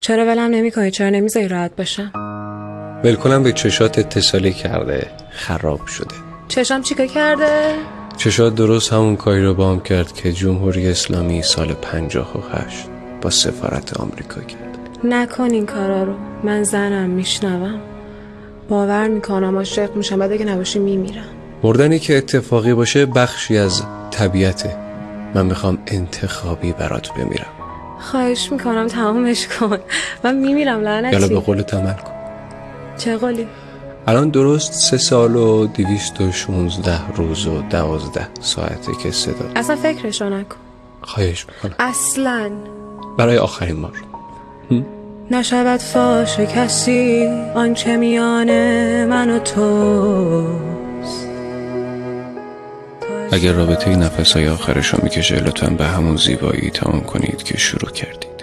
چرا ولم نمیکنی چرا نمیذاری راحت باشم بلکنم به چشات اتصالی کرده خراب شده چشام چیکار کرده چشات درست همون کاری رو با هم کرد که جمهوری اسلامی سال 58 با سفارت آمریکا کرد نکن این کارا رو من زنم میشنوم باور میکنم عاشق میشم بعد اگه نباشی میمیرم مردنی که اتفاقی باشه بخشی از طبیعته من میخوام انتخابی برات بمیرم خواهش میکنم تمامش کن من میمیرم یالا به لعنتی قول عمل کن چه قولی الان درست سه سال و دویست و شونزده روز و دوازده ساعته که صدا اصلا فکرشو نکن خواهش میکنم اصلا برای آخرین بار نشود فاش کسی آنچه میان من و توست اگر رابطه نفسای آخرش رو میکشه لطفا به همون زیبایی تمام کنید که شروع کردید